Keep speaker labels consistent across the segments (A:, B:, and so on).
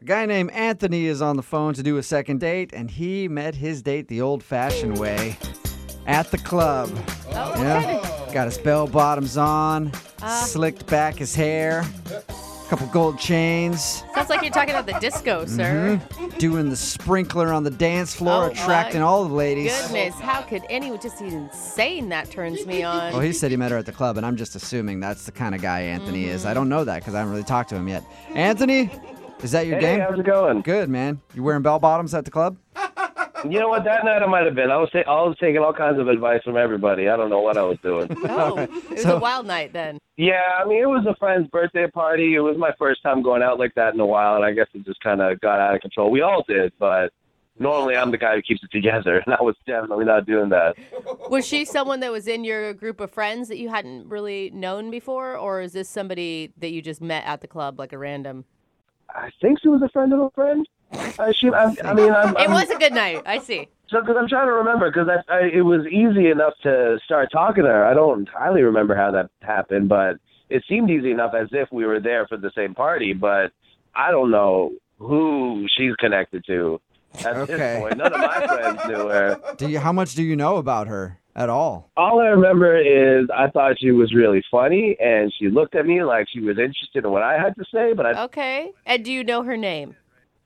A: A guy named Anthony is on the phone to do a second date, and he met his date the old fashioned way at the club.
B: Oh,
A: Yeah. Got his bell bottoms on,
B: Ah.
A: slicked back his hair, couple gold chains,
B: Sounds like you're talking about the disco, sir.
A: doing the sprinkler on the dance floor,
B: Oh,
A: attracting
B: my
A: all the ladies.
B: Goodness, how could anyone just even saying that turns me on?
A: Well, he said he met her at the club, and I'm just assuming that's the kind of guy Anthony is.
B: Mm-hmm.
A: I don't know that because I haven't really talked to him yet. Anthony, is that your
C: Hey,
A: game?
C: how's it going?
A: Good, man. You wearing bell bottoms at the club?
C: You know what? That night I might have been. I was, ta- I was taking all kinds of advice from everybody. I don't know what I was doing.
B: oh, it was
A: So-
B: a wild night then.
C: yeah, I mean, it was a friend's birthday party. It was my first time going out like that in a while, and I guess it just kind of got out of control. We all did, but normally I'm the guy who keeps it together, and I was definitely not doing that.
B: Was she someone that was in your group of friends that you hadn't really known before, or is this somebody that you just met at the club like a random?
C: I think she was a friend of a friend. I, she, I, I mean, I'm,
B: It
C: I'm,
B: was a good night. I see.
C: So, because I'm trying to remember, because I, I, it was easy enough to start talking to her. I don't entirely remember how that happened, but it seemed easy enough as if we were there for the same party. But I don't know who she's connected to at
A: Okay.
C: this point. None of my friends knew her.
A: Do you, how much do you know about her at all?
C: All I remember is I thought she was really funny, and she looked at me like she was interested in what I had to say. But I,
B: Okay. And do you know her name?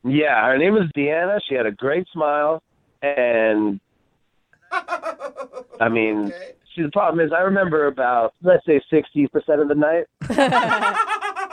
C: yeah, her name was Deanna. She had a great smile, and I mean. See, the problem is, I remember about let's say sixty percent of the night.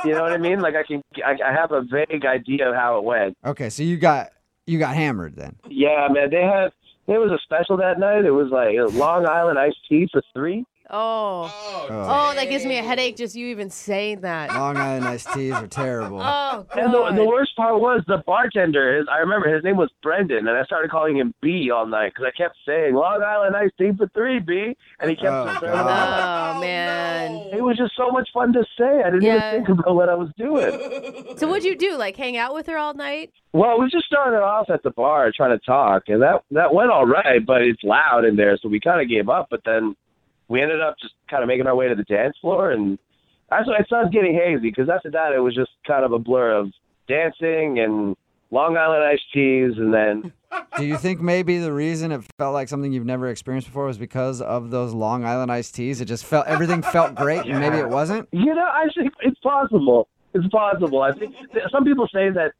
C: you know what I mean? Like I can, I, I have a vague idea of how it went.
A: Okay, so you got you got hammered then.
C: Yeah, man, they had there was a special that night. It was like Long Island iced tea for three.
B: Oh.
A: Oh,
B: Oh, that gives me a headache just you even saying that.
A: Long Island iced teas are terrible.
B: Oh,
C: And the, the
B: God.
C: worst part was the bartender. His, I remember his name was Brendan, and I started calling him B all night because I kept saying Long Island iced tea for three, B, and he kept.
A: Oh,
C: confirming
A: God.
C: that.
B: Oh, man.
C: It was just so much fun to say. I didn't
B: Yeah.
C: even think about what I was doing.
B: So what'd you do? Like hang out with her all night?
C: Well, we just started off at the bar trying to talk, and that that went all right, but it's loud in there, so we kind of gave up. But then we ended up just kind of making our way to the dance floor, and that's when it started getting hazy because after that it was just kind of a blur of dancing and Long Island iced teas, and then
A: Do you think maybe the reason it felt like something you've never experienced before was because of those Long Island iced teas? It just felt everything felt great, and maybe it wasn't.
C: you know I think it's possible. It's possible. I think some people say that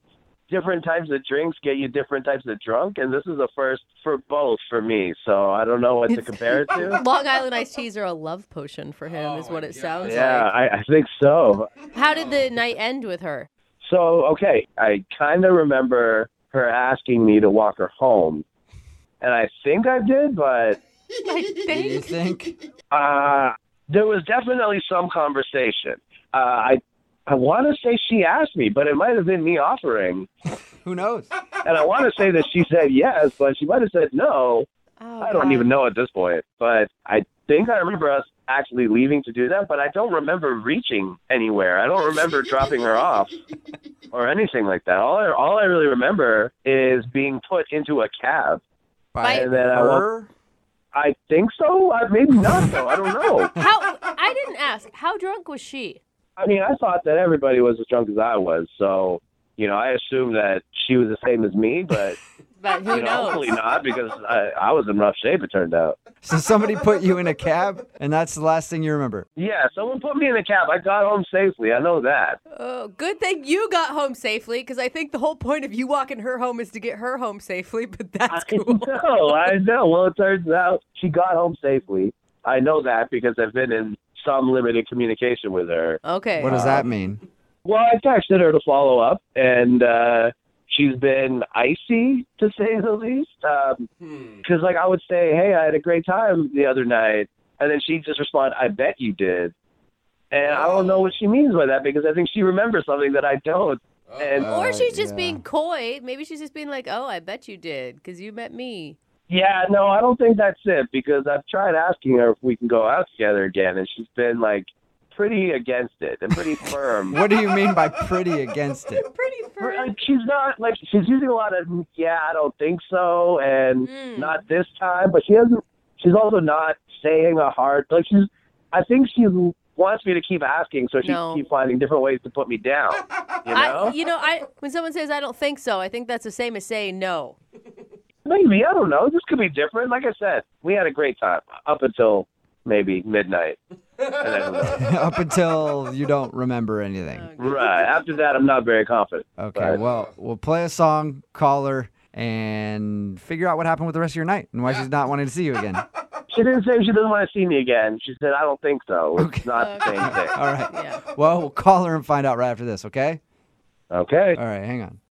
C: different types of drinks get you different types of drunk, and this is a first for both for me. So I don't know what to compare it to.
B: Long Island iced teas are a love potion for him, is what it sounds
C: Yeah, I, I think so.
B: like. How did the night end with her?
C: So, okay, I kind of remember her asking me to walk her home. And I think I did, but
A: Do
B: I
A: you
B: think
A: think?
C: uh, there was definitely some conversation. Uh, I, I want to say she asked me, but it might have been me offering.
A: Who knows?
C: And I want to say that she said yes, but she might have said no.
B: Oh,
C: I don't
B: God.
C: even know at this point. But I think I remember us actually leaving to do that, but I don't remember reaching anywhere. I don't remember dropping her off or anything like that. All I, all I really remember is being put into a cab.
B: By-
C: And then I walked,
A: her?
C: I think so. I, maybe not though. I don't know.
B: How I didn't ask. How drunk was she?
C: I mean, I thought that everybody was as drunk as I was, so you know, I assumed that she was the same as me, but
B: But who
C: you know,
B: knows?
C: hopefully not because I, I was in rough shape. It turned out.
A: So somebody put you in a cab, and that's the last thing you remember.
C: Yeah, someone put me in a cab. I got home safely. I know that.
B: Oh, good thing you got home safely, because I think the whole point of you walking her home is to get her home safely. But that's cool.
C: I know, I know. Well, it turns out she got home safely. I know that because I've been in some limited communication with her.
B: Okay.
A: What does that mean?
C: Well, I texted her to follow up, and uh, she's been icy to say the least.
B: Hmm.
C: Because, like, I would say, "Hey, I had a great time the other night," and then she'd just respond, "I bet you did." And I don't know what she means by that because I think she remembers something that I don't. And
B: or she's just
A: Uh, yeah.
B: being coy. Maybe she's just being like, "Oh, I bet you did, because you met me."
C: Yeah, no, I don't think that's it because I've tried asking her if we can go out together again, and she's been like pretty against it and pretty firm.
A: What do you mean by pretty against it?
B: Pretty
C: Her- like, she's not like she's using a lot of yeah, I don't think so, and
B: Mm.
C: not this time. But she hasn't. She's also not saying a hard like she's. I think she's wants me to keep asking, so she
B: No.
C: keep finding different ways to put me down. You know?
B: I, you know, I when someone says I don't think so, I think that's the same as saying no.
C: Maybe I don't know. This could be different. Like I said, we had a great time up until maybe midnight. And then-
A: Up until you don't remember anything.
B: Oh,
C: right after that, I'm not very confident.
A: Okay,
C: Right.
A: well, we'll play a song, call her, and figure out what happened with the rest of your night and why she's not wanting to see you again.
C: She didn't say she doesn't want to see me again. She said, "I don't think so." It's
A: Okay.
C: not the same thing.
A: All right.
B: Yeah.
A: Well, we'll call her and find out right after this, okay?
C: Okay.
A: All right, hang on.